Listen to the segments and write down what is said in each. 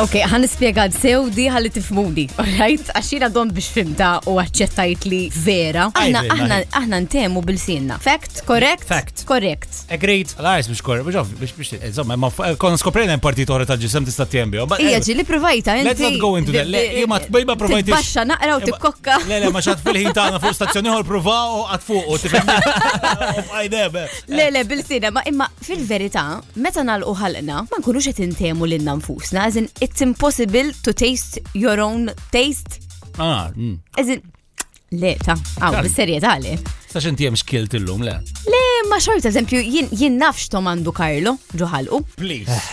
Ok, għan nispiega sew di għalli tifmuni, alright? Għaxina don biex fimta u għacċettajt li vera. Aħna, Ajde, aħna, najt. aħna ntemu bil-sinna. Fact, correct? Fact. Correct. Agreed. Lajs biex korri, biex ovvi, biex biex. Insomma, ma f- eh, konna skoprejna hemm partit oħra tal-ġisem tista' tjembi. but- Ija ġili provajta, Eh, Let's inti. not go into that. Le, jien ma tbejba provajtix. Baxxa naqra u tikkokka. eh, Le, le, ma xat fil-ħin tagħna fuq stazzjoni ħol provaw u għat fuq Oh u tifhem. Le, le, bil-sina, ma imma fil-verità, meta nalqu ħalqna, ma nkunux qed intemu lilna nfusna, as in it's impossible to taste your own taste, Ah, mm. as in le ta, għaw, Calm. bis-serjetà le. Sa xinti hemm xkilt illum, le. Le, ma xort, eżempju, jien jien nafx Tom għandu Karlo, ġuħalqu. Please.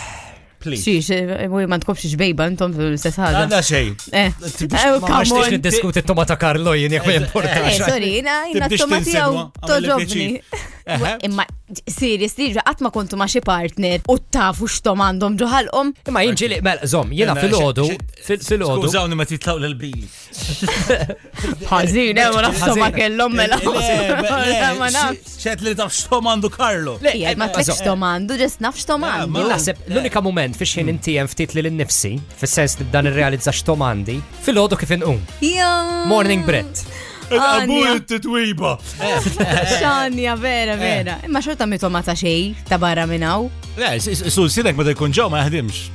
Please. Xiex, u ma tkomx xbejba, intom fil-istess ħaġa. Għandha xejn. Eh, eh, ma come Għax on. niddiskuti t-tomata Karlo jien jek ma Eh, jimportax. sorry, jina jina Tibdix t-tomati tinsinwa, għaw għamilli toġobni. pjaċir. Eħe. Imma, seriously, għat ma kontu ma xie partner u tafu x'tom għandhom ġuħalqom, Ma jinġili, mela, zom, jena fil-ħodu, fil- fil-ħodu. Skużawni ma titlaw l-bili. Ħażin, eh, ma nafx ma Ħażin. kellhom mela. Ma nafx. Xet li taf xtomandu Karlo. Le, Ija, ma eh, tlekx zom, tomandu, ġest nafx tomandu. Jien naħseb l-unika moment fiex jien inti hemm ftit li l-nifsi, fis-sens nibda nirrealizza x'tomandi, fil-ħodu kif inqum. Ja. Morning bread. Għabur t-twiba. Xanja, vera, vera. Imma xorta mi tomata xej, ta' barra minnaw. Le, sul sinek ma da jkun ġaw ma jahdimx.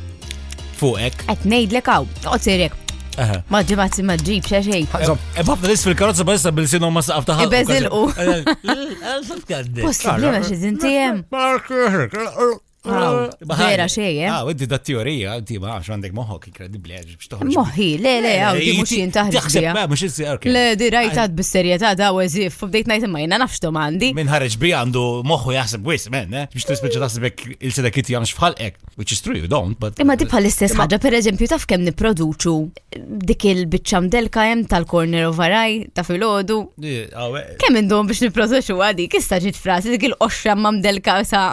Fuqek. Għet nejdlek għaw, toqsirek. Eħe. Ma ġibat ma ġib xe xej. Zom, Ebabna lis fil-karozza bħessa bil-sinu ma saqaf taħħa. Ibeżilqu. Possibli ma xe zintijem. Wow, vera xej, eh? Ah, weddi da teorija, ti ma għax għandek moħok inkredibli għax biex toħroġ. Moħi, le, le, għaw, di mux Eh, Taħseb, jintaħdija. ma mux jinsi, ok. Le, di rajtat bis-serjetà da' eżif, u bdejt najt imma jina nafx tomandi. Min ħareġ bi għandu moħħu jaħseb wis, men, eh? Biex tispeċa taħsebek il-sedek kitti għamx bħalqek, which is true, you don't, but. Imma di bħal-istess ħaġa, per eżempju, taf kem niproduċu dik il-bicċamdelka jem tal-corner of araj, ta' fil-ħodu, Kemm indom biex niprosesu għadi, kista ġit frasi dik il-qoxra mamdelka sa.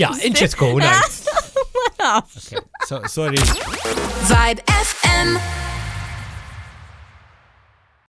Ja, inċet tkun. eh. Ma nafx. So, sorry. Vibe FM.